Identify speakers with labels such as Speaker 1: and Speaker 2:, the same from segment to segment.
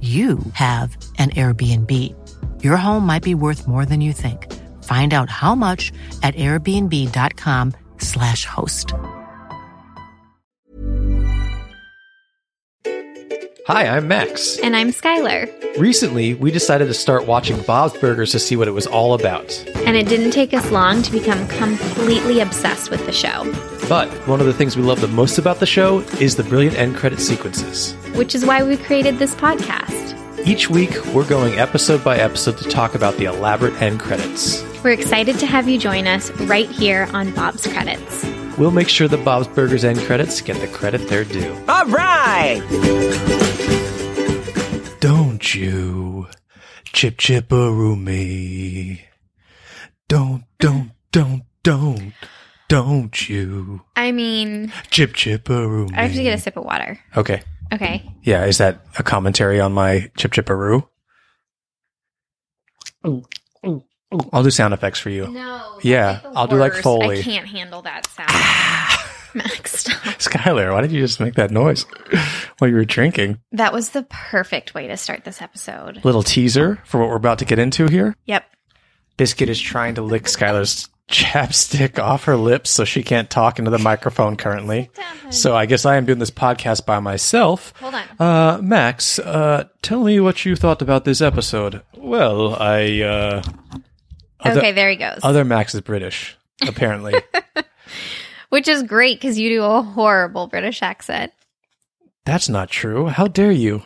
Speaker 1: you have an Airbnb. Your home might be worth more than you think. Find out how much at airbnb.com/slash host.
Speaker 2: Hi, I'm Max.
Speaker 3: And I'm Skylar.
Speaker 2: Recently, we decided to start watching Bob's Burgers to see what it was all about.
Speaker 3: And it didn't take us long to become completely obsessed with the show,
Speaker 2: But one of the things we love the most about the show is the brilliant end credit sequences.
Speaker 3: which is why we created this podcast.
Speaker 2: Each week, we're going episode by episode to talk about the elaborate end credits.
Speaker 3: We're excited to have you join us right here on Bob's Credits.
Speaker 2: We'll make sure that Bob's Burgers end credits get the credit they're due.
Speaker 4: All right.
Speaker 5: Don't you chip chipperoo me. Don't, don't, don't, don't, don't you
Speaker 3: I mean,
Speaker 5: chip chipperoo me.
Speaker 3: I have to get a sip of water.
Speaker 2: Okay.
Speaker 3: Okay.
Speaker 5: Yeah, is that a commentary on my chip chipperoo? I'll do sound effects for you.
Speaker 3: No.
Speaker 5: Yeah, like the I'll do like worst. I Foley. Ah.
Speaker 3: I can't handle that sound. Max, stop.
Speaker 5: Skylar, why did you just make that noise while you were drinking?
Speaker 3: That was the perfect way to start this episode.
Speaker 5: Little teaser for what we're about to get into here.
Speaker 3: Yep.
Speaker 5: Biscuit is trying to lick Skylar's chapstick off her lips so she can't talk into the microphone currently. So I guess I am doing this podcast by myself.
Speaker 3: Hold on.
Speaker 5: Uh, Max, uh, tell me what you thought about this episode. Well, I, uh, other,
Speaker 3: okay, there he goes.
Speaker 5: other Max is British, apparently.
Speaker 3: Which is great because you do a horrible British accent.
Speaker 5: That's not true. How dare you?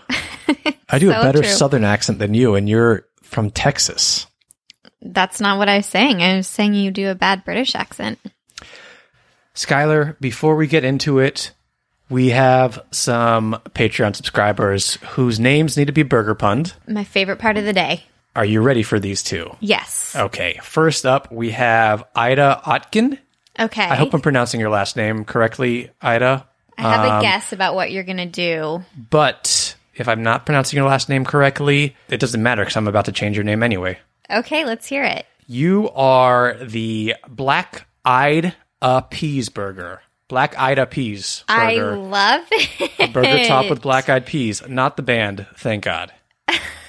Speaker 5: I do
Speaker 3: So
Speaker 5: a better
Speaker 3: true.
Speaker 5: Southern accent than you, and you're from Texas.
Speaker 3: That's not what I was saying. I was saying you do a bad British accent.
Speaker 5: Skylar, before we get into it, we have some Patreon subscribers whose names need to be burger punned.
Speaker 3: My favorite part of the day.
Speaker 5: Are you ready for these two?
Speaker 3: Yes.
Speaker 5: Okay. First up, we have Ida Otkin.
Speaker 3: Okay.
Speaker 5: Oh. I hope I'm pronouncing your last name correctly, Ida.
Speaker 3: I have a
Speaker 5: Um,
Speaker 3: guess about what you're going to do.
Speaker 5: But if I'm not pronouncing your last name correctly, it doesn't matter because I'm about to change your name anyway.
Speaker 3: Okay, let's hear it.
Speaker 5: You are the Black Eyed uh, Peas Burger. Black Ida Peas
Speaker 3: I
Speaker 5: Burger.
Speaker 3: love it.
Speaker 5: Burger top with black eyed peas, not the band, thank God.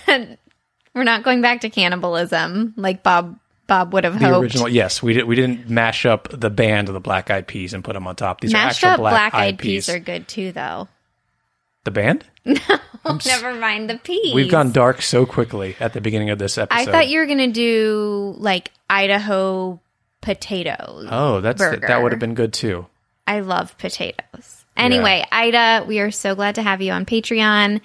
Speaker 3: We're not going back to cannibalism like Bob Bob would have
Speaker 5: The
Speaker 3: hoped.
Speaker 5: original, yes, we did, we didn't mash up the band of the black eyed peas and put them on top. These are
Speaker 3: Mashed
Speaker 5: actual
Speaker 3: up
Speaker 5: black, eyed peas.
Speaker 3: are good too, though.
Speaker 5: the band?
Speaker 3: Never mind the peas.
Speaker 5: We've gone dark so quickly at the beginning of this episode.
Speaker 3: I thought you were going to do like Idaho potatoes.
Speaker 5: Oh, that's that
Speaker 3: burger.
Speaker 5: would have been good too.
Speaker 3: I love potatoes. Anyway, Ida, we are so glad to have you on Patreon.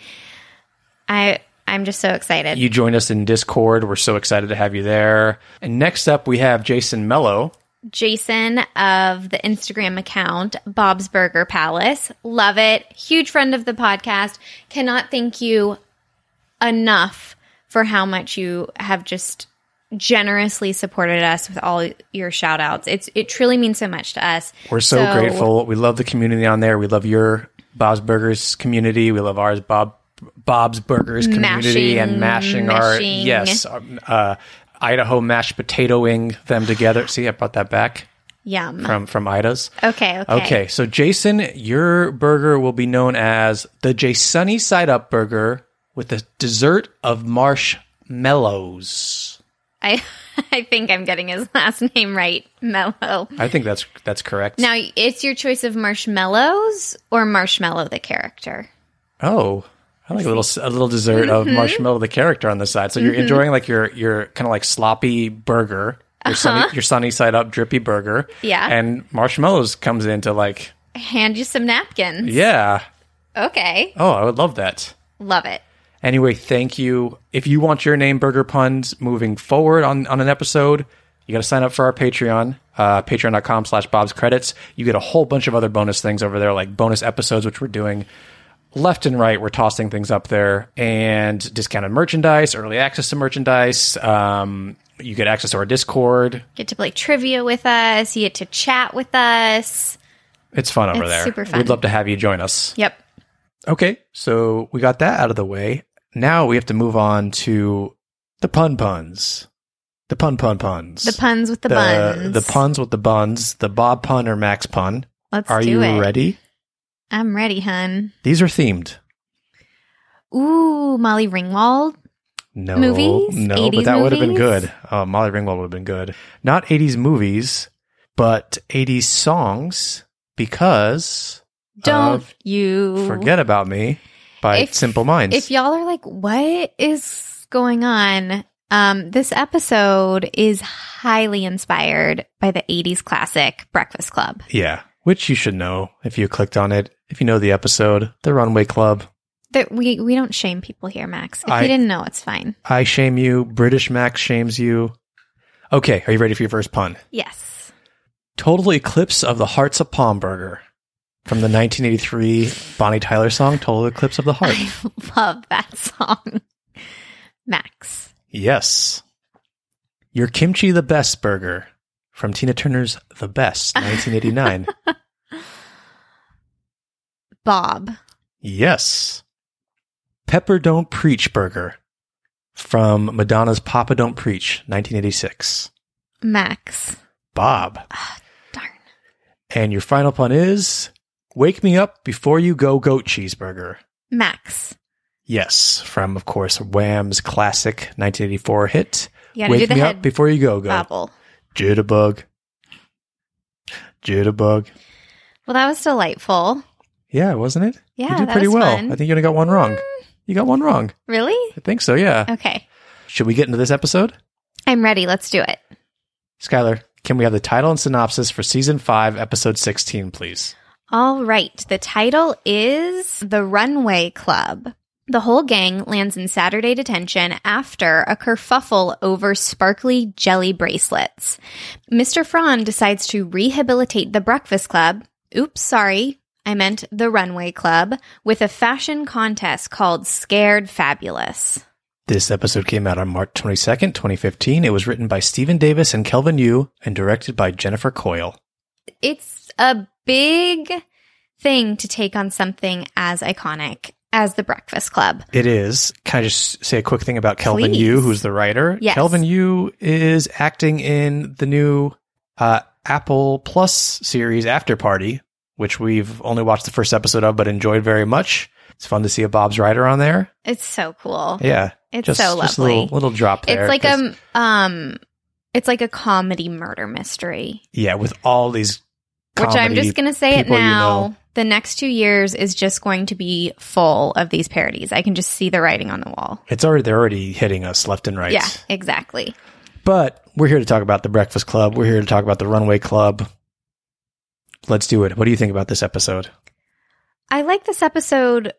Speaker 3: I I'm just so excited.
Speaker 5: You joined us in Discord. We're so excited to have you there. And next up, we have Jason Mello.
Speaker 3: Jason of the Instagram account Bob's Burger Palace. Love it. Huge friend of the podcast. Cannot thank you enough for how much you have just generously supported us with all your shout outs. It's it truly means so much to us.
Speaker 5: We're so, grateful. We love the community on there. We love your Bob's Burgers community. We love ours, Bob Bob's Burgers community,
Speaker 3: Mashing,
Speaker 5: and mashing, our
Speaker 3: mashing.
Speaker 5: yes, our, uh, Idaho mashed potatoing them together. See, I brought that back
Speaker 3: Yum.
Speaker 5: from from Ida's.
Speaker 3: okay, okay.
Speaker 5: Okay. so Jason, your burger will be known as the Jasony Side Up Burger with a dessert of marshmallows.
Speaker 3: I I think I'm getting his last name right. Mellow.
Speaker 5: I think that's that's correct.
Speaker 3: Now it's your choice of marshmallows or marshmallow the character.
Speaker 5: oh, I like a little a little dessert of marshmallow, the character on the side. So you're enjoying like your your kind of like sloppy burger, your sunny your sunny side up drippy burger.
Speaker 3: Yeah.
Speaker 5: and marshmallows comes into like
Speaker 3: Hand you some napkins.
Speaker 5: yeah.
Speaker 3: Okay.
Speaker 5: Oh, I would love that.
Speaker 3: Love it.
Speaker 5: Anyway, thank you. If you want your name burger puns moving forward on, on an episode, you got to sign up for our Patreon, uh, patreon.com slash Bob's Credits. You get a whole bunch of other bonus things over there, like bonus episodes, which we're doing left and right. We're tossing things up there and discounted merchandise, early access to merchandise. Um, you get access to our Discord.
Speaker 3: Get to play trivia with us. You get to chat with us.
Speaker 5: It's fun over
Speaker 3: It's
Speaker 5: there.
Speaker 3: super fun.
Speaker 5: We'd love to have you join us.
Speaker 3: Yep.
Speaker 5: Okay, so we got that out of the way. Now we have to move on to the pun puns. The pun pun puns.
Speaker 3: The puns with the, buns.
Speaker 5: The puns with the buns. The Bob pun or Max pun.
Speaker 3: Let's
Speaker 5: Are
Speaker 3: do
Speaker 5: you
Speaker 3: it.
Speaker 5: ready?
Speaker 3: I'm ready, hun.
Speaker 5: These are themed.
Speaker 3: Ooh, Molly Ringwald.
Speaker 5: No,
Speaker 3: Movies?
Speaker 5: no, but
Speaker 3: 80s
Speaker 5: that would have been
Speaker 3: movies?
Speaker 5: good. Uh, Molly Ringwald would have been good. Not 80s movies, but 80s songs because
Speaker 3: Don't
Speaker 5: of
Speaker 3: you
Speaker 5: Forget About Me by
Speaker 3: If-
Speaker 5: Simple Minds.
Speaker 3: If y'all are like, what is going on? Um, this episode is highly inspired by the 80s classic Breakfast Club.
Speaker 5: Yeah, which you should know if you clicked on it. If you know the episode, The Runway Club.
Speaker 3: That we we don't shame people here, Max. If
Speaker 5: I-
Speaker 3: you didn't know, it's fine.
Speaker 5: I shame you. British Max shames you. Okay, are you ready for your first pun?
Speaker 3: Yes.
Speaker 5: Total Eclipse of the Heart's a Palmburger from the 1983 Bonnie Tyler song, Total Eclipse of the Heart.
Speaker 3: I love that song. Max.
Speaker 5: yes. Your Kimchi the Best Burger from Tina Turner's The Best, 1989.
Speaker 3: Bob.
Speaker 5: Yes. Pepper Don't Preach Burger from Madonna's Papa Don't Preach, 1986.
Speaker 3: Max.
Speaker 5: Bob.
Speaker 3: Darn.
Speaker 5: And your final pun is Wake Me Up Before You Go Goat Cheeseburger.
Speaker 3: Max.
Speaker 5: Yes, from, of course, Wham's classic 1984 hit.
Speaker 3: You gotta
Speaker 5: Wake
Speaker 3: do the
Speaker 5: Me
Speaker 3: head
Speaker 5: Up Before You Go Go.
Speaker 3: bobble.
Speaker 5: Jitterbug. Jitterbug.
Speaker 3: Well, that was delightful.
Speaker 5: Yeah, wasn't it?
Speaker 3: Yeah,
Speaker 5: you did
Speaker 3: that
Speaker 5: pretty
Speaker 3: was
Speaker 5: well.
Speaker 3: fun.
Speaker 5: I think you only got one wrong. You got one wrong.
Speaker 3: Really?
Speaker 5: I think so, yeah.
Speaker 3: Okay.
Speaker 5: Should we get into this episode?
Speaker 3: I'm ready. Let's do it.
Speaker 5: Skylar, can we have the title and synopsis for season five, episode 16, please?
Speaker 3: All right. The title is The Runway Club. The whole gang lands in Saturday detention after a kerfuffle over sparkly jelly bracelets. Mr. Fran decides to rehabilitate the Breakfast Club. Oops, sorry. I meant the Runway Club with a fashion contest called Scared Fabulous.
Speaker 5: This episode came out on March 22nd, 2015. It was written by Stephen Davis and Kelvin Yu and directed by Jennifer Coyle.
Speaker 3: It's a big thing to take on something as iconic as the Breakfast Club.
Speaker 5: It is. Can I just say a quick thing about Kelvin
Speaker 3: Please.
Speaker 5: Yu, who's the writer?
Speaker 3: Yes.
Speaker 5: Kelvin Yu is acting in the new uh, Apple Plus series After Party, which we've only watched the first episode of but enjoyed very much. It's fun to see a Bob's Rider on there.
Speaker 3: It's so cool.
Speaker 5: Yeah.
Speaker 3: It's
Speaker 5: just,
Speaker 3: so
Speaker 5: Just a
Speaker 3: lovely.
Speaker 5: little, little drop there.
Speaker 3: it's like
Speaker 5: 'cause-
Speaker 3: a um it's like a comedy murder mystery.
Speaker 5: Yeah, with all these.
Speaker 3: Which I'm just
Speaker 5: comedy
Speaker 3: gonna say it
Speaker 5: people you
Speaker 3: now.
Speaker 5: know.
Speaker 3: The next two years is just going to be full of these parodies. I can just see the writing on the wall.
Speaker 5: It's already they're already hitting us left and right.
Speaker 3: Yeah, exactly.
Speaker 5: But we're here to talk about the Breakfast Club. We're here to talk about the Runway Club. Let's do it. What do you think about this episode?
Speaker 3: I like this episode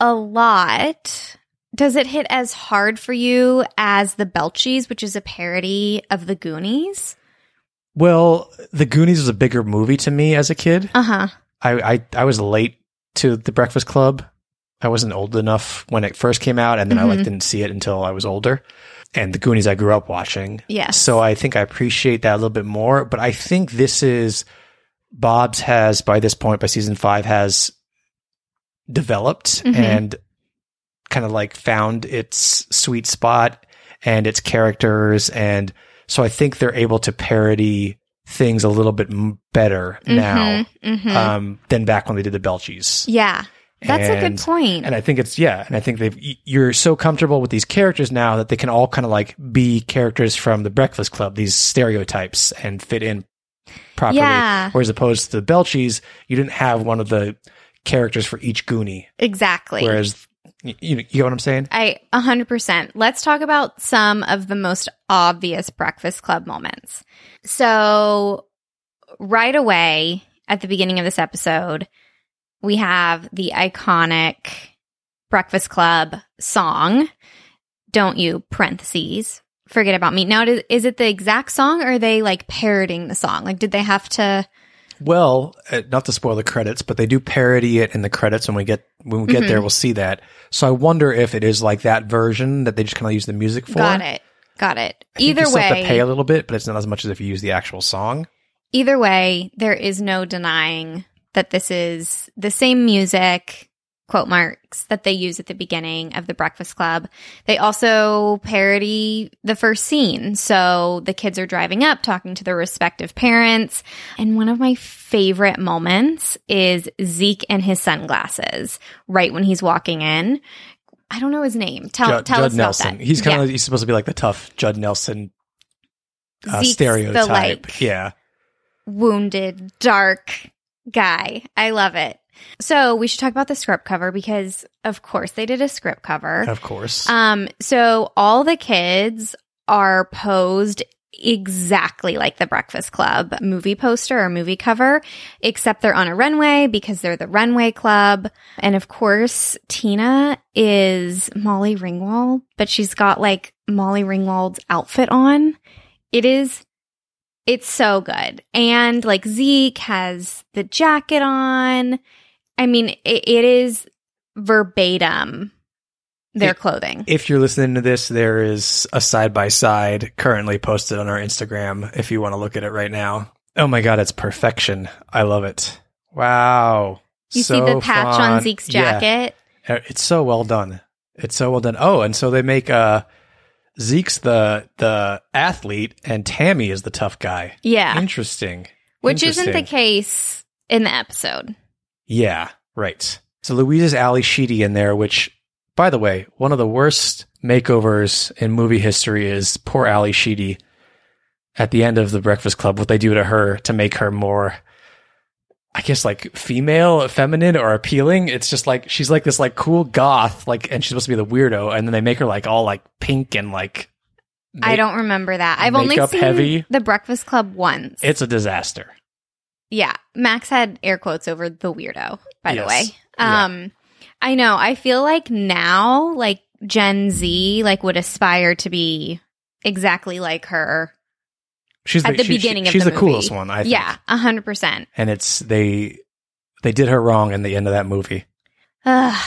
Speaker 3: a lot. Does it hit as hard for you as The Belchies, which is a parody of The Goonies?
Speaker 5: Well, The Goonies was a bigger movie to me as a kid.
Speaker 3: Uh huh.
Speaker 5: I I, I was late to The Breakfast Club. I wasn't old enough when it first came out, and then I like
Speaker 3: Mhm.
Speaker 5: didn't see it until I was older. And The Goonies I grew up watching.
Speaker 3: Yes.
Speaker 5: So I think I appreciate that a little bit more. But I think this is Bob's has by this point by season five has developed
Speaker 3: Mhm.
Speaker 5: and kind of like found its sweet spot and its characters and so I think they're able to parody things a little bit m- better now
Speaker 3: Mhm, mhm.
Speaker 5: um, than back when they did the Belchies.
Speaker 3: yeah, that's a
Speaker 5: and-
Speaker 3: good point.
Speaker 5: And I think it's yeah, and I think they've y- you're so comfortable with these characters now that they can all kind of like be characters from the Breakfast Club, these stereotypes, and fit in properly.
Speaker 3: Yeah.
Speaker 5: Whereas opposed to the Belchies, you didn't have one of the characters for each Goonie.
Speaker 3: exactly.
Speaker 5: Whereas You, you get what I'm saying?
Speaker 3: I 100%. Let's talk about some of the most obvious Breakfast Club moments. So, right away at the beginning of this episode, we have the iconic Breakfast Club song, Don't You, parentheses, Forget About Me. Now, does- is it the exact song or are they like parroting the song? Like, did they have to?
Speaker 5: Well, uh, not to spoil the credits, but they do parody it in the credits when we get when we get
Speaker 3: Mm-hmm.
Speaker 5: there. We'll see that. So I wonder if it is like that version that they just kind of use the music for.
Speaker 3: Got it. Got it.
Speaker 5: I think
Speaker 3: Either
Speaker 5: you still have
Speaker 3: way,
Speaker 5: to pay a little bit, but it's not as much as if you use the actual song.
Speaker 3: either way, there is no denying that this is the same music quote marks that they use at the beginning of the Breakfast Club. They also parody the first scene. So the kids are driving up talking to their respective parents. And one of my favorite moments is Zeke and his sunglasses right when he's walking in. I don't know his name. Tell
Speaker 5: Judd,
Speaker 3: tell
Speaker 5: Judd
Speaker 3: us about
Speaker 5: Nelson.
Speaker 3: that.
Speaker 5: He's kind
Speaker 3: Yeah.
Speaker 5: of he's supposed to be like the tough Judd Nelson uh,
Speaker 3: Zeke's the,
Speaker 5: stereotype.
Speaker 3: like,
Speaker 5: yeah.
Speaker 3: wounded, dark guy. I love it. So we should talk about the script cover because, of course, they did a script cover.
Speaker 5: Of course.
Speaker 3: Um, so all the kids are posed exactly like the Breakfast Club movie poster or movie cover, except they're on a runway because they're the Runway Club. And of course, Tina is Molly Ringwald, but she's got like Molly Ringwald's outfit on. It is it's so good. And like Zeke has the jacket on. I mean, it, it is verbatim their
Speaker 5: It-
Speaker 3: clothing.
Speaker 5: if you're listening to this, there is a side by side currently posted on our Instagram if you want to look at it right now. Oh my God, it's perfection. I love it. Wow.
Speaker 3: You see the
Speaker 5: So
Speaker 3: patch on
Speaker 5: fun.
Speaker 3: Zeke's
Speaker 5: Yeah.
Speaker 3: jacket.
Speaker 5: Uh, It's so well done. It's so well done. Oh, and so they make uh, Zeke's the the athlete, and Tammy is the tough guy.
Speaker 3: Yeah.
Speaker 5: Interesting.
Speaker 3: Which isn't the
Speaker 5: Interesting.
Speaker 3: case in the episode.
Speaker 5: Yeah, right. So Louise's Ali Sheedy in there, which, by the way, one of the worst makeovers in movie history is poor Ali Sheedy at the end of The Breakfast Club, what they do to her to make her more, I guess, like female, feminine, or appealing. It's just like she's like this like cool goth, like, and she's supposed to be the weirdo, and then they make her like all like pink and like.
Speaker 3: I
Speaker 5: ma-
Speaker 3: don't remember that. I've only
Speaker 5: Makeup
Speaker 3: seen
Speaker 5: heavy.
Speaker 3: The Breakfast Club once.
Speaker 5: It's a disaster.
Speaker 3: yeah. Max had air quotes over the weirdo, by the
Speaker 5: Yes.
Speaker 3: way.
Speaker 5: Yeah.
Speaker 3: Um I know. I feel like now like Gen Z like would aspire to be exactly like her
Speaker 5: She's
Speaker 3: at the
Speaker 5: she- she-
Speaker 3: beginning of
Speaker 5: she's
Speaker 3: the
Speaker 5: the,
Speaker 3: movie.
Speaker 5: coolest one. I think.
Speaker 3: Yeah, a hundred percent.
Speaker 5: and it's they they did her wrong in the end of that movie.
Speaker 3: Ugh,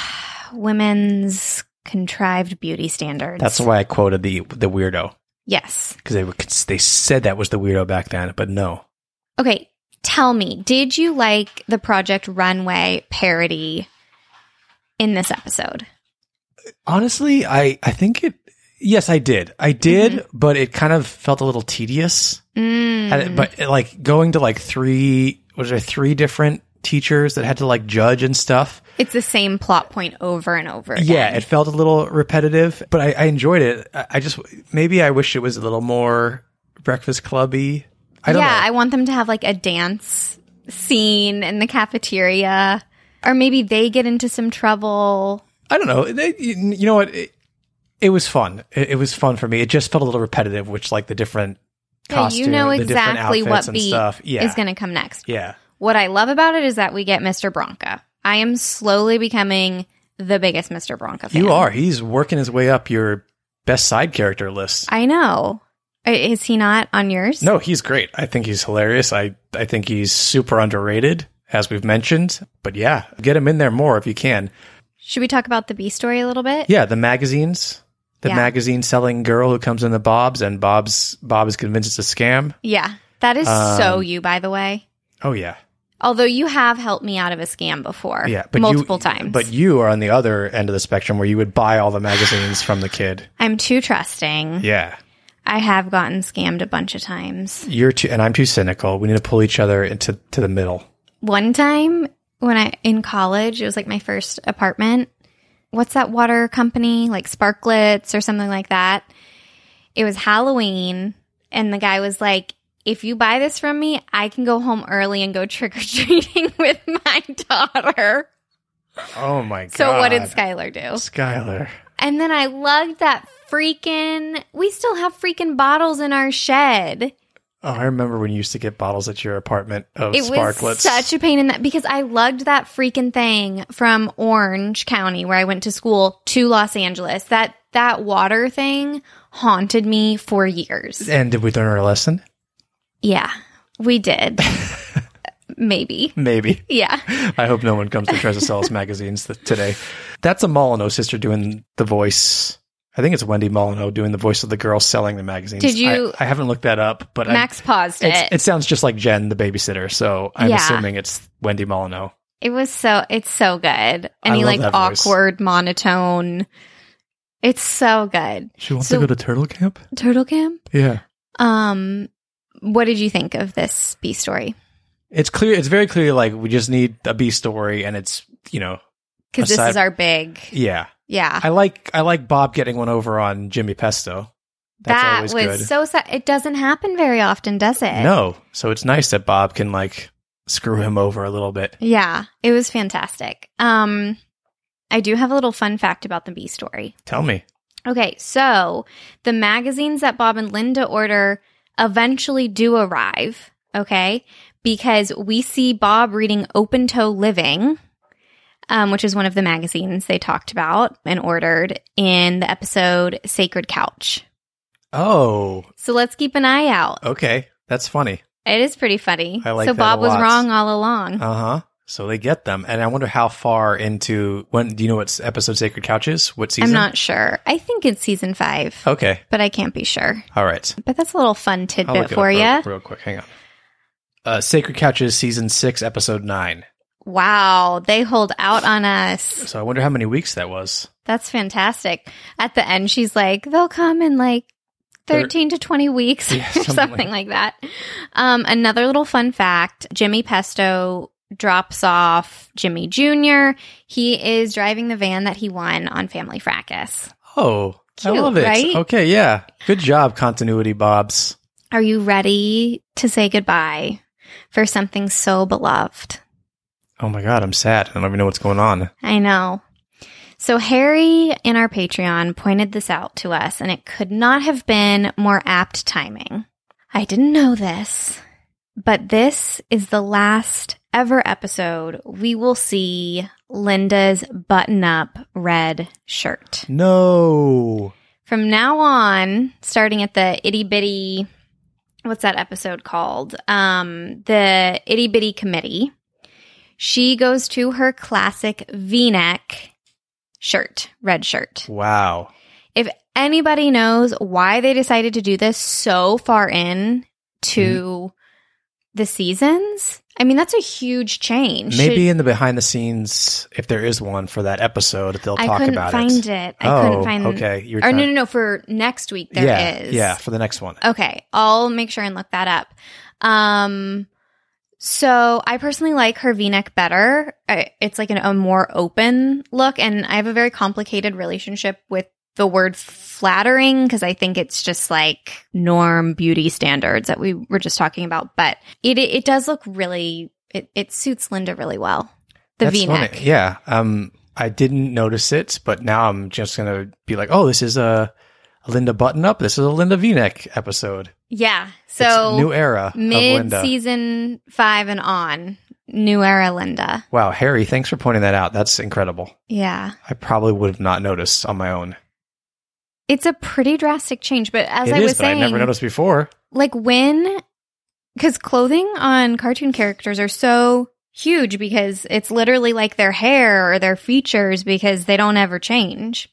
Speaker 3: Women's contrived beauty standards.
Speaker 5: That's why I quoted the the weirdo
Speaker 3: yes.
Speaker 5: because they were cons- they said that was the weirdo back then, but no,
Speaker 3: Okay, tell me, did you like the Project Runway parody in this episode?
Speaker 5: honestly, I I think it. Yes, I did. I did, but it kind of felt a little tedious.
Speaker 3: Mm-hmm. Mm.
Speaker 5: And it- but it, like going to like three was there three different teachers that had to like judge and stuff.
Speaker 3: It's the same plot point over and over again.
Speaker 5: Yeah, it felt a little repetitive, but I, I enjoyed it. I, I just maybe I wish it was a little more Breakfast Clubby. I don't
Speaker 3: yeah,
Speaker 5: know.
Speaker 3: I want them to have like a dance scene in the cafeteria, or maybe they get into some trouble.
Speaker 5: I don't know. They- You you know what? It, it was fun. It, it was fun for me. It just felt a little repetitive, which like the different
Speaker 3: Yeah,
Speaker 5: costumes,
Speaker 3: you know
Speaker 5: the different
Speaker 3: exactly
Speaker 5: outfits
Speaker 3: what
Speaker 5: and
Speaker 3: beat
Speaker 5: stuff. Yeah,
Speaker 3: is going to come next.
Speaker 5: yeah.
Speaker 3: What I love about it is that we get Mr. Bronca. I am slowly becoming the biggest Mr. Bronca fan.
Speaker 5: You are. He's working his way up your best side character list.
Speaker 3: I know. I- Is he not on yours?
Speaker 5: no, he's great. I think he's hilarious. I I think he's super underrated, as we've mentioned. But yeah, get him in there more if you can.
Speaker 3: Should we talk about the B story a little bit?
Speaker 5: Yeah, the magazines. The
Speaker 3: Yeah.
Speaker 5: magazine selling girl who comes in the Bob's and Bob's Bob is convinced it's a scam.
Speaker 3: Yeah. That is so
Speaker 5: Um,
Speaker 3: you, by the way.
Speaker 5: Oh yeah.
Speaker 3: Although you have helped me out of a scam before.
Speaker 5: yeah, but
Speaker 3: multiple
Speaker 5: you,
Speaker 3: times.
Speaker 5: But you are on the other end of the spectrum where you would buy all the magazines from the kid.
Speaker 3: I'm too trusting.
Speaker 5: Yeah,
Speaker 3: I have gotten scammed a bunch of times.
Speaker 5: you're too, and I'm too cynical. We need to pull each other into to the middle.
Speaker 3: One time when I in college, it was like my first apartment. What's that water company? Like Sparklets or something like that. It was Halloween and the guy was like, "If you buy this from me, I can go home early and go trick or treating with my daughter."
Speaker 5: Oh my god.
Speaker 3: So what did Skylar do?
Speaker 5: Skylar?
Speaker 3: And then I lugged that freaking. We still have freaking bottles in our shed.
Speaker 5: Oh, I remember when you used to get bottles at your apartment of
Speaker 3: It
Speaker 5: sparklets.
Speaker 3: was such a pain in that because I lugged that freaking thing from Orange County where I went to school to Los Angeles. That that water thing haunted me for years.
Speaker 5: and did we learn our lesson?
Speaker 3: Yeah, we did. Maybe.
Speaker 5: Maybe.
Speaker 3: Yeah.
Speaker 5: I hope no one comes to tries to sell us magazines th- today. That's a Molyneux sister doing the voice. I think it's Wendy Molyneux doing the voice of the girl selling the magazines.
Speaker 3: Did you-
Speaker 5: I, I haven't looked that up, but I-
Speaker 3: Max paused
Speaker 5: it's-
Speaker 3: it.
Speaker 5: it sounds just like Jen, the babysitter. So I'm
Speaker 3: Yeah.
Speaker 5: assuming it's Wendy Molyneux.
Speaker 3: It was so it's so good.
Speaker 5: love
Speaker 3: Any like
Speaker 5: that voice.
Speaker 3: awkward monotone. It's so good.
Speaker 5: She
Speaker 3: wants to So- go
Speaker 5: to turtle camp.
Speaker 3: Turtle Camp.
Speaker 5: Yeah,
Speaker 3: Um what did you think of this B story?
Speaker 5: it's clear. It's very clear. Like we just need a B story, and it's you know,
Speaker 3: Cuz this
Speaker 5: Aside-
Speaker 3: is our big.
Speaker 5: yeah.
Speaker 3: Yeah.
Speaker 5: I like I like Bob getting one over on Jimmy Pesto. That's
Speaker 3: that
Speaker 5: always
Speaker 3: was
Speaker 5: good.
Speaker 3: so sad. It doesn't happen very often, does it?
Speaker 5: no, so it's nice that Bob can like screw him over a little bit.
Speaker 3: Yeah, it was fantastic. Um I do have a little fun fact about the B story.
Speaker 5: Tell me.
Speaker 3: Okay, so the magazines that Bob and Linda order eventually do arrive, okay? Because we see Bob reading Open Toe Living, um, which is one of the magazines they talked about and ordered in the episode Sacred Couch.
Speaker 5: Oh,
Speaker 3: So let's keep an eye out.
Speaker 5: okay. That's funny.
Speaker 3: It is pretty funny.
Speaker 5: I like
Speaker 3: so
Speaker 5: that
Speaker 3: Bob
Speaker 5: a
Speaker 3: was
Speaker 5: lot.
Speaker 3: wrong all along.
Speaker 5: Uh huh. So they get them, and I wonder how far into when do you know what episode Sacred Couch is? What season?
Speaker 3: I'm not sure. I think it's season five,
Speaker 5: Okay.
Speaker 3: but I can't be sure.
Speaker 5: All right.
Speaker 3: But that's a little
Speaker 5: I'll
Speaker 3: fun
Speaker 5: look
Speaker 3: tidbit
Speaker 5: it
Speaker 3: for
Speaker 5: up
Speaker 3: you.
Speaker 5: Real, real quick. Hang on. Uh, Sacred Couch is season six, episode nine.
Speaker 3: Wow, they hold out on us.
Speaker 5: So I wonder how many weeks that was.
Speaker 3: That's fantastic. At the end, she's like, they'll come in like
Speaker 5: Thir-
Speaker 3: 13 to 20 weeks
Speaker 5: Yeah,
Speaker 3: or
Speaker 5: something
Speaker 3: something like that. Um, another little fun fact Jimmy Pesto drops off Jimmy Jr. He is driving the van that he won on Family Fracas.
Speaker 5: Oh, I
Speaker 3: Cute,
Speaker 5: love it.
Speaker 3: right?
Speaker 5: Okay, yeah. Good job, continuity, Bob's.
Speaker 3: Are you ready to say goodbye for something so beloved?
Speaker 5: Oh my god, I'm sad. I don't even know what's going on.
Speaker 3: I know. So, Harry in our Patreon pointed this out to us, and it could not have been more apt timing. I didn't know this, but this is the last ever episode we will see Linda's button up red shirt.
Speaker 5: No.
Speaker 3: From now on, starting at the itty bitty, what's that episode called? Um, the itty bitty committee. She goes to her classic V neck shirt, red shirt.
Speaker 5: Wow.
Speaker 3: If anybody knows why they decided to do this so far in to
Speaker 5: Mm-hmm.
Speaker 3: the seasons, I mean, that's a huge change.
Speaker 5: Maybe
Speaker 3: Should-
Speaker 5: in the behind the scenes, if there is one for that episode, they'll
Speaker 3: I
Speaker 5: talk
Speaker 3: couldn't
Speaker 5: about
Speaker 3: find it.
Speaker 5: it.
Speaker 3: I couldn't
Speaker 5: Oh,
Speaker 3: find
Speaker 5: okay. You were
Speaker 3: Or no,
Speaker 5: trying-
Speaker 3: no, no. For next week, there is.
Speaker 5: yeah, Yeah, for the next one.
Speaker 3: Okay, I'll make sure and look that up. Um, so I personally like her V-neck better. I, it's like an, a more open look, and I have a very complicated relationship with the word flattering because I think it's just like norm beauty standards that we were just talking about. But it it, it does look really it, it suits Linda really well. The
Speaker 5: That's
Speaker 3: V-neck.
Speaker 5: funny. Yeah. Um, I didn't notice it, but now I'm just gonna be like, oh, this is a Linda button up. This is a Linda V-neck episode.
Speaker 3: Yeah.
Speaker 5: It's
Speaker 3: So
Speaker 5: new era
Speaker 3: mid
Speaker 5: of Linda.
Speaker 3: season five and on, new era Linda.
Speaker 5: Wow, Harry, thanks for pointing that out. That's incredible.
Speaker 3: Yeah.
Speaker 5: I probably would have not noticed on my own.
Speaker 3: It's a pretty drastic change, but as
Speaker 5: It
Speaker 3: I
Speaker 5: is,
Speaker 3: was
Speaker 5: but
Speaker 3: saying,
Speaker 5: I never noticed before.
Speaker 3: like when because clothing on cartoon characters are so huge because it's literally like their hair or their features because they don't ever change.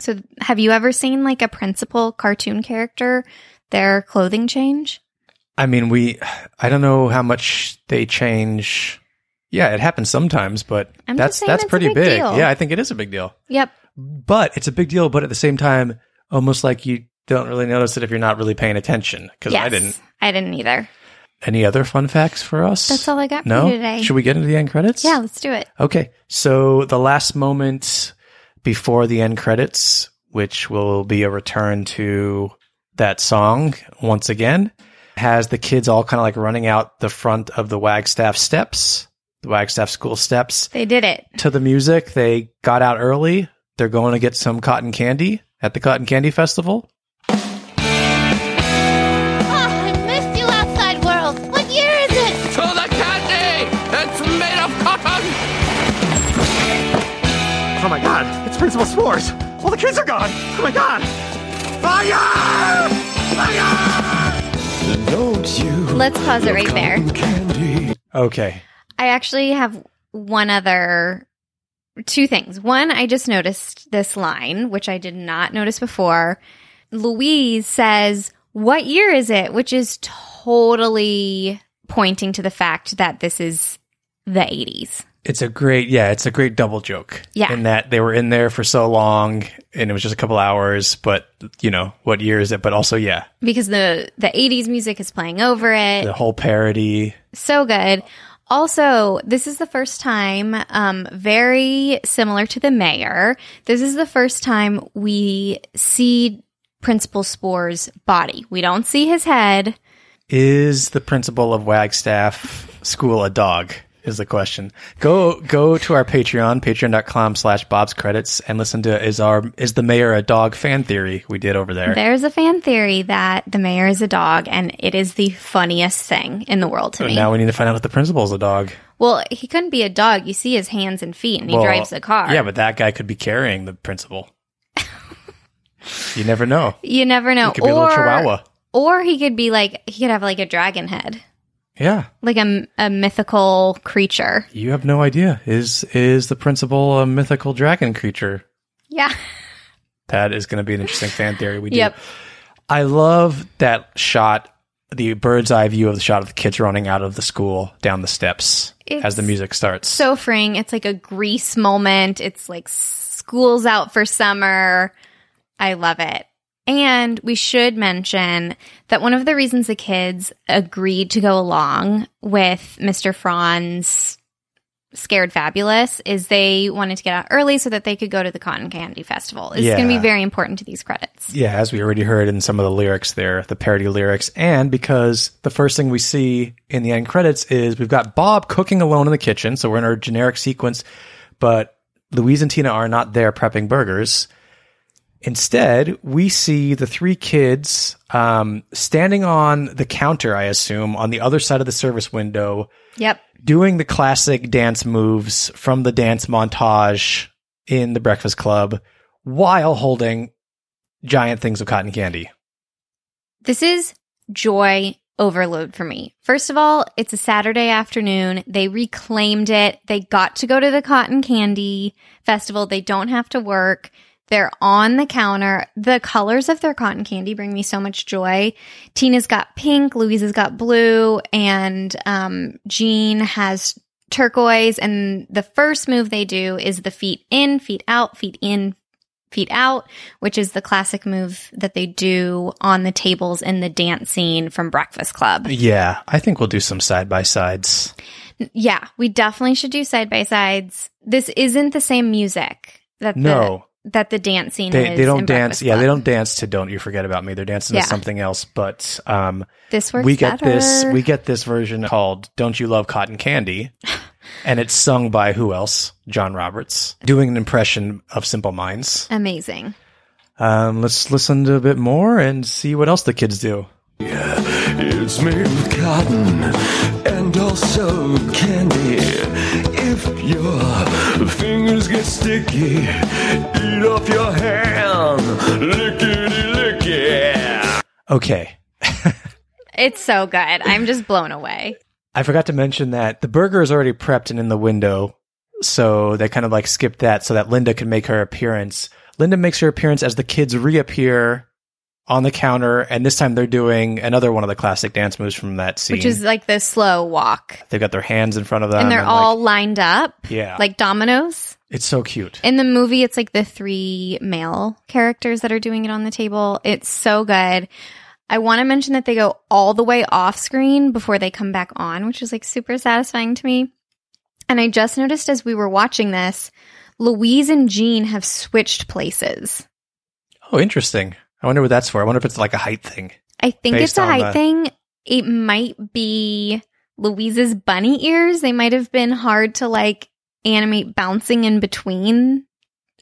Speaker 3: So, have you ever seen like a principal cartoon character their clothing change?
Speaker 5: I mean, we. I don't know how much they change. Yeah, it happens sometimes, but
Speaker 3: I'm
Speaker 5: that's
Speaker 3: just saying
Speaker 5: that's
Speaker 3: it's a
Speaker 5: pretty
Speaker 3: big
Speaker 5: big.
Speaker 3: deal.
Speaker 5: Yeah, I think it is a big deal.
Speaker 3: Yep.
Speaker 5: But it's a big deal. But at the same time, almost like you don't really notice it if you're not really paying attention. Because I
Speaker 3: Yes.
Speaker 5: didn't.
Speaker 3: I didn't either.
Speaker 5: Any other fun facts for us?
Speaker 3: That's all I got for
Speaker 5: No.
Speaker 3: you today.
Speaker 5: Should we get into the end credits?
Speaker 3: Yeah, let's do it.
Speaker 5: Okay. So the last moment before the end credits, which will be a return to that song once again, has the kids all kind of like running out the front of the Wagstaff steps. the Wagstaff School steps
Speaker 3: They did it.
Speaker 5: to the music. They got out early. They're going to get some cotton candy at the Cotton Candy Festival.
Speaker 4: Ah, I missed you outside world. What year is it?
Speaker 6: to the candy that's made of cotton.
Speaker 7: Oh my god, it's Principal Spores! All the kids are gone! Oh my god! Fire! Fire!
Speaker 8: Don't you?
Speaker 3: Let's pause it right there.
Speaker 8: Candy.
Speaker 5: Okay.
Speaker 3: I actually have one other two things. One, I just noticed this line, which I did not notice before. Louise says, What year is it? Which is totally pointing to the fact that this is the 80s.
Speaker 5: It's a great, yeah, it's a great double joke.
Speaker 3: Yeah.
Speaker 5: In that they were in there for so long and it was just a couple hours, but, you know, what year is it? But also, yeah,
Speaker 3: Because the, the 80s music is playing over it.
Speaker 5: the whole parody.
Speaker 3: So good. Also, this is the first time, um, very similar to the mayor. This is the first time we see Principal Spore's body. We don't see his head.
Speaker 5: Is the principal of Wagstaff School a dog? Is the question. Go go to our Patreon, patreon.com slash Bob's credits, and listen to Is Our Is the Mayor a Dog fan theory we did over there.
Speaker 3: There's a fan theory that the mayor is a dog, and it is the funniest thing in the world to me.
Speaker 5: Now we need to find out if the principal's a dog.
Speaker 3: well, he couldn't be a dog. You see his hands and feet, and he
Speaker 5: Well,
Speaker 3: drives a car.
Speaker 5: Yeah, but that guy could be carrying the principal. you never know.
Speaker 3: you never know.
Speaker 5: He could be a little chihuahua.
Speaker 3: Or he could be like he could have like a dragon head,
Speaker 5: Yeah.
Speaker 3: like a, a mythical creature.
Speaker 5: You have no idea. Is is the principal a mythical dragon creature?
Speaker 3: Yeah.
Speaker 5: That is going to be an interesting fan theory. We do.
Speaker 3: Yep.
Speaker 5: I love that shot, the bird's eye view of the shot of the kids running out of the school down the steps as
Speaker 3: It's
Speaker 5: the music starts.
Speaker 3: so freeing. It's like a grease moment. It's like school's out for summer. I love it. And we should mention that one of the reasons the kids agreed to go along with Mr. Franz Scared Fabulous is they wanted to get out early so that they could go to the Cotton Candy Festival. It's going to
Speaker 5: Yeah.
Speaker 3: be very important to these credits.
Speaker 5: yeah, as we already heard in some of the lyrics there, the parody lyrics, and because the first thing we see in the end credits is we've got Bob cooking alone in the kitchen, so we're in our generic sequence, but Louise and Tina are not there prepping burgers. Instead, we see the three kids um, standing on the counter, I assume, on the other side of the service window,
Speaker 3: Yep.
Speaker 5: doing the classic dance moves from the dance montage in the Breakfast Club while holding giant things of cotton candy.
Speaker 3: This is joy overload for me. First of all, it's a Saturday afternoon. They reclaimed it. They got to go to the cotton candy festival. They don't have to work. They're on the counter. The colors of their cotton candy bring me so much joy. Tina's got pink, Louisa's got blue, and um, Jean has turquoise. And the first move they do is the feet in, feet out, feet in, feet out, which is the classic move that they do on the tables in the dance scene from Breakfast Club.
Speaker 5: Yeah, I think we'll do some side by sides.
Speaker 3: Yeah, we definitely should do side by sides. This isn't the same music that
Speaker 5: No.
Speaker 3: the, that the dance scene
Speaker 5: They
Speaker 3: is.
Speaker 5: they
Speaker 3: in
Speaker 5: don't
Speaker 3: Breakfast
Speaker 5: dance. Yeah, they
Speaker 3: Club.
Speaker 5: don't dance to "Don't You Forget About Me." They're dancing
Speaker 3: Yeah.
Speaker 5: to something else. But um,
Speaker 3: This works.
Speaker 5: we get
Speaker 3: better.
Speaker 5: this. We get this version called "Don't You Love Cotton Candy," and it's sung by who else? John Roberts doing an impression of Simple Minds.
Speaker 3: amazing.
Speaker 5: Um, let's listen to a bit more and see what else the kids do.
Speaker 8: It's made of cotton and also candy. If your fingers get sticky, eat off your hand. Lickety licky.
Speaker 5: Okay,
Speaker 3: It's so good. I'm just blown away.
Speaker 5: I forgot to mention that the burger is already prepped and in the window, so they kind of like skipped that so that Linda could make her appearance. Linda makes her appearance as the kids reappear on the counter, and this time they're doing another one of the classic dance moves from that scene.
Speaker 3: Which is like the slow walk,
Speaker 5: They've got their hands in front of them,
Speaker 3: and they're
Speaker 5: like-
Speaker 3: all lined up,
Speaker 5: yeah,
Speaker 3: like dominoes.
Speaker 5: it's so cute.
Speaker 3: In the movie, it's like the three male characters that are doing it on the table. It's so good. I want to mention that they go all the way off screen before they come back on, which is like super satisfying to me. And I just noticed as we were watching this, Louise and Jean have switched places.
Speaker 5: oh, interesting. I wonder what that's for. I wonder if it's like a height thing.
Speaker 3: I think
Speaker 5: Based
Speaker 3: it's a
Speaker 5: on
Speaker 3: height
Speaker 5: the-
Speaker 3: thing. It might be Louise's bunny ears. They might have been hard to like animate bouncing in between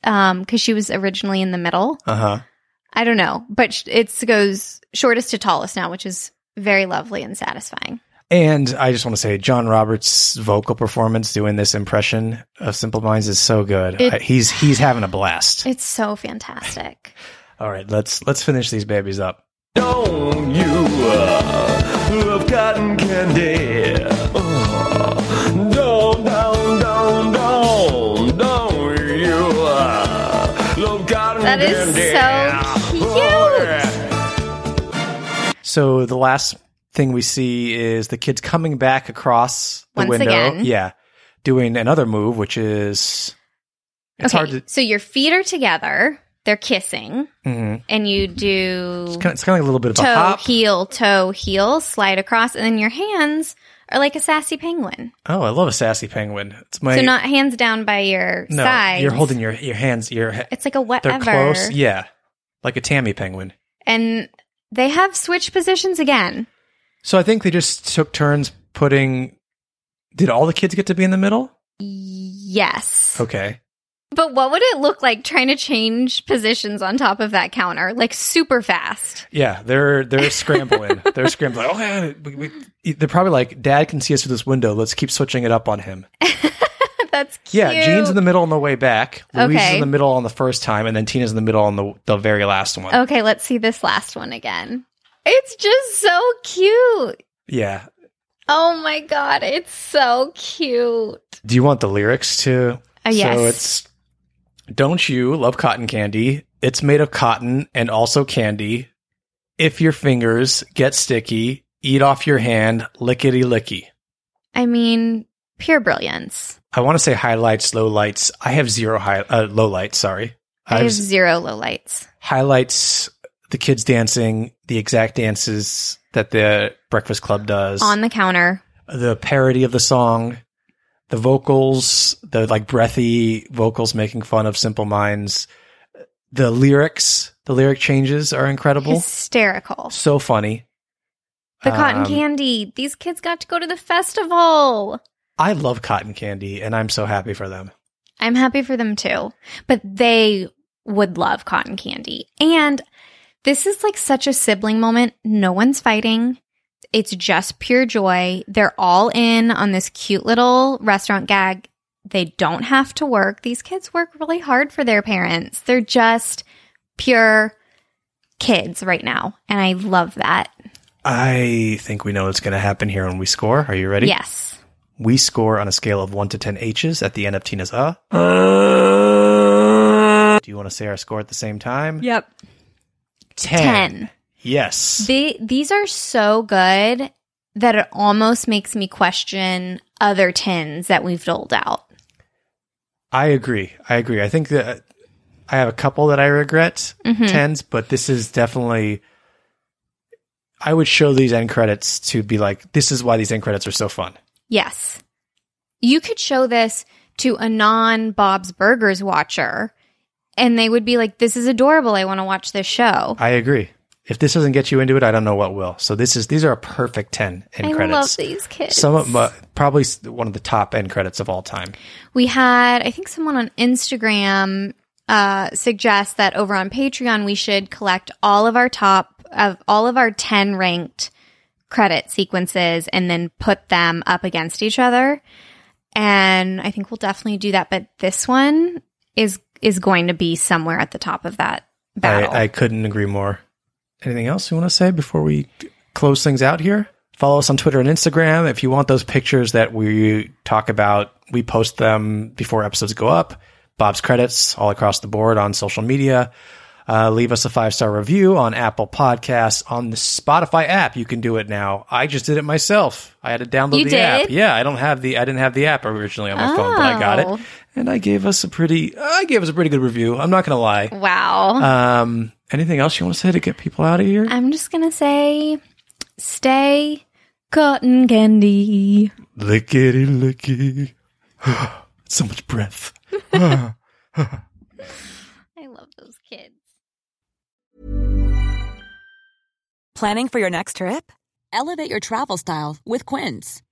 Speaker 3: um because she was originally in the middle.
Speaker 5: Uh huh.
Speaker 3: I don't know, but sh- it goes shortest to tallest now, which is very lovely and satisfying.
Speaker 5: And I just want to say, John Roberts' vocal performance doing this impression of Simple Minds is so good.
Speaker 3: It-
Speaker 5: I- he's he's having a blast.
Speaker 3: It's so fantastic.
Speaker 5: All right, let's let's finish these babies up.
Speaker 8: Don't you uh, love cotton candy? Uh, don't, don't, don't, don't, don't you uh, love cotton
Speaker 3: That is
Speaker 8: candy? Oh,
Speaker 3: so cute.
Speaker 5: So the last thing we see is the kids coming back across the
Speaker 3: Once
Speaker 5: window.
Speaker 3: again.
Speaker 5: Yeah, doing another move, which is it's
Speaker 3: okay,
Speaker 5: hard to.
Speaker 3: so your feet are together. They're kissing,
Speaker 5: mhm.
Speaker 3: and you do
Speaker 5: It's kind of, it's kind of like a little bit of a
Speaker 3: toe,
Speaker 5: hop.
Speaker 3: heel, toe, heel, slide across, and then your hands are like a sassy penguin.
Speaker 5: Oh, I love a sassy penguin. It's my
Speaker 3: so not hands down by your
Speaker 5: no.
Speaker 3: sides.
Speaker 5: You're holding your your hands. Your he-
Speaker 3: It's like a
Speaker 5: they're
Speaker 3: whatever.
Speaker 5: close. Yeah, like a Tammy penguin.
Speaker 3: And they have switched positions again.
Speaker 5: So I think they just took turns putting. Did all the kids get to be in the middle?
Speaker 3: Yes.
Speaker 5: Okay.
Speaker 3: But what would it look like trying to change positions on top of that counter? Like super fast.
Speaker 5: Yeah, they're they're scrambling. they're scrambling. Okay, we, we, they're probably like, Dad can see us through this window. Let's keep switching it up on him.
Speaker 3: That's cute.
Speaker 5: Yeah, Jean's in the middle on the way back. Louise is
Speaker 3: Okay.
Speaker 5: in the middle on the first time, and then Tina's in the middle on the the very last one.
Speaker 3: Okay, let's see this last one again. It's just so cute.
Speaker 5: Yeah.
Speaker 3: Oh my god, it's so cute.
Speaker 5: Do you want the lyrics to?
Speaker 3: Uh, yes.
Speaker 5: So it's Don't you love cotton candy? It's made of cotton and also candy. If your fingers get sticky, eat off your hand, lickety licky.
Speaker 3: I mean, pure brilliance.
Speaker 5: I want to say highlights, low lights. I have zero high, uh, low lights. Sorry,
Speaker 3: I
Speaker 5: I
Speaker 3: have
Speaker 5: have
Speaker 3: zero lowlights.
Speaker 5: highlights. The kids dancing, the exact dances that the Breakfast Club does,
Speaker 3: On the counter.
Speaker 5: the parody of the song, the vocals, the like breathy vocals making fun of Simple Minds, the lyrics, the lyric changes are incredible,
Speaker 3: Hysterical.
Speaker 5: so funny.
Speaker 3: The cotton
Speaker 5: Um,
Speaker 3: candy. These kids got to go to the festival.
Speaker 5: I love cotton candy, and I'm so happy for them.
Speaker 3: I'm happy for them too. But they would love cotton candy. And this is like such a sibling moment. No one's fighting. It's just pure joy. They're all in on this cute little restaurant gag. They don't have to work. These kids work really hard for their parents. They're just pure kids right now. And I love that.
Speaker 5: I think we know what's going to happen here when we score. Are you ready?
Speaker 3: Yes.
Speaker 5: We score on a scale of 1 to 10 H's at the end of Tina's uh. Do you want to say our score at the same time?
Speaker 3: Yep.
Speaker 5: 10.
Speaker 3: 10.
Speaker 5: Yes.
Speaker 3: They, these are so good that it almost makes me question other tins that we've doled out.
Speaker 5: I agree. I agree. I think that I have a couple that I regret
Speaker 3: Mm-hmm.
Speaker 5: 10s, but this is definitely. I would show these end credits to be like, this is why these end credits are so fun.
Speaker 3: Yes. You could show this to a non Bob's Burgers watcher and they would be like, this is adorable. I want to watch this show.
Speaker 5: I agree. If this doesn't get you into it, I don't know what will. So this is these are a perfect 10 end
Speaker 3: I
Speaker 5: credits.
Speaker 3: love these kids.
Speaker 5: Some of my, probably s- one of the top end credits of all time.
Speaker 3: we had, I think, someone on Instagram uh, suggest that over on Patreon we should collect all of our top of all of our ten ranked credit sequences and then put them up against each other. And I think we'll definitely do that. But this one is is going to be somewhere at the top of that battle.
Speaker 5: I, I couldn't agree more. Anything else you want to say before we close things out here? Follow us on Twitter and Instagram. If you want those pictures that we talk about, we post them before episodes go up. Bob's credits all across the board on social media. Uh, leave us a five star review on Apple Podcasts on the Spotify app. You can do it now. I just did it myself. I had to download
Speaker 3: You
Speaker 5: the
Speaker 3: did?
Speaker 5: app. Yeah, I don't have the I didn't have the app originally on my phone, but I got
Speaker 3: Oh.
Speaker 5: it, and I gave us a pretty I gave us a pretty good review. I'm not gonna lie.
Speaker 3: wow.
Speaker 5: Um, anything else you want to say to get people out of here?
Speaker 3: I'm just gonna say, stay cotton candy.
Speaker 5: Lickety licky. so much breath.
Speaker 3: I love those kids.
Speaker 9: Planning for your next trip? Elevate your travel style with Quince.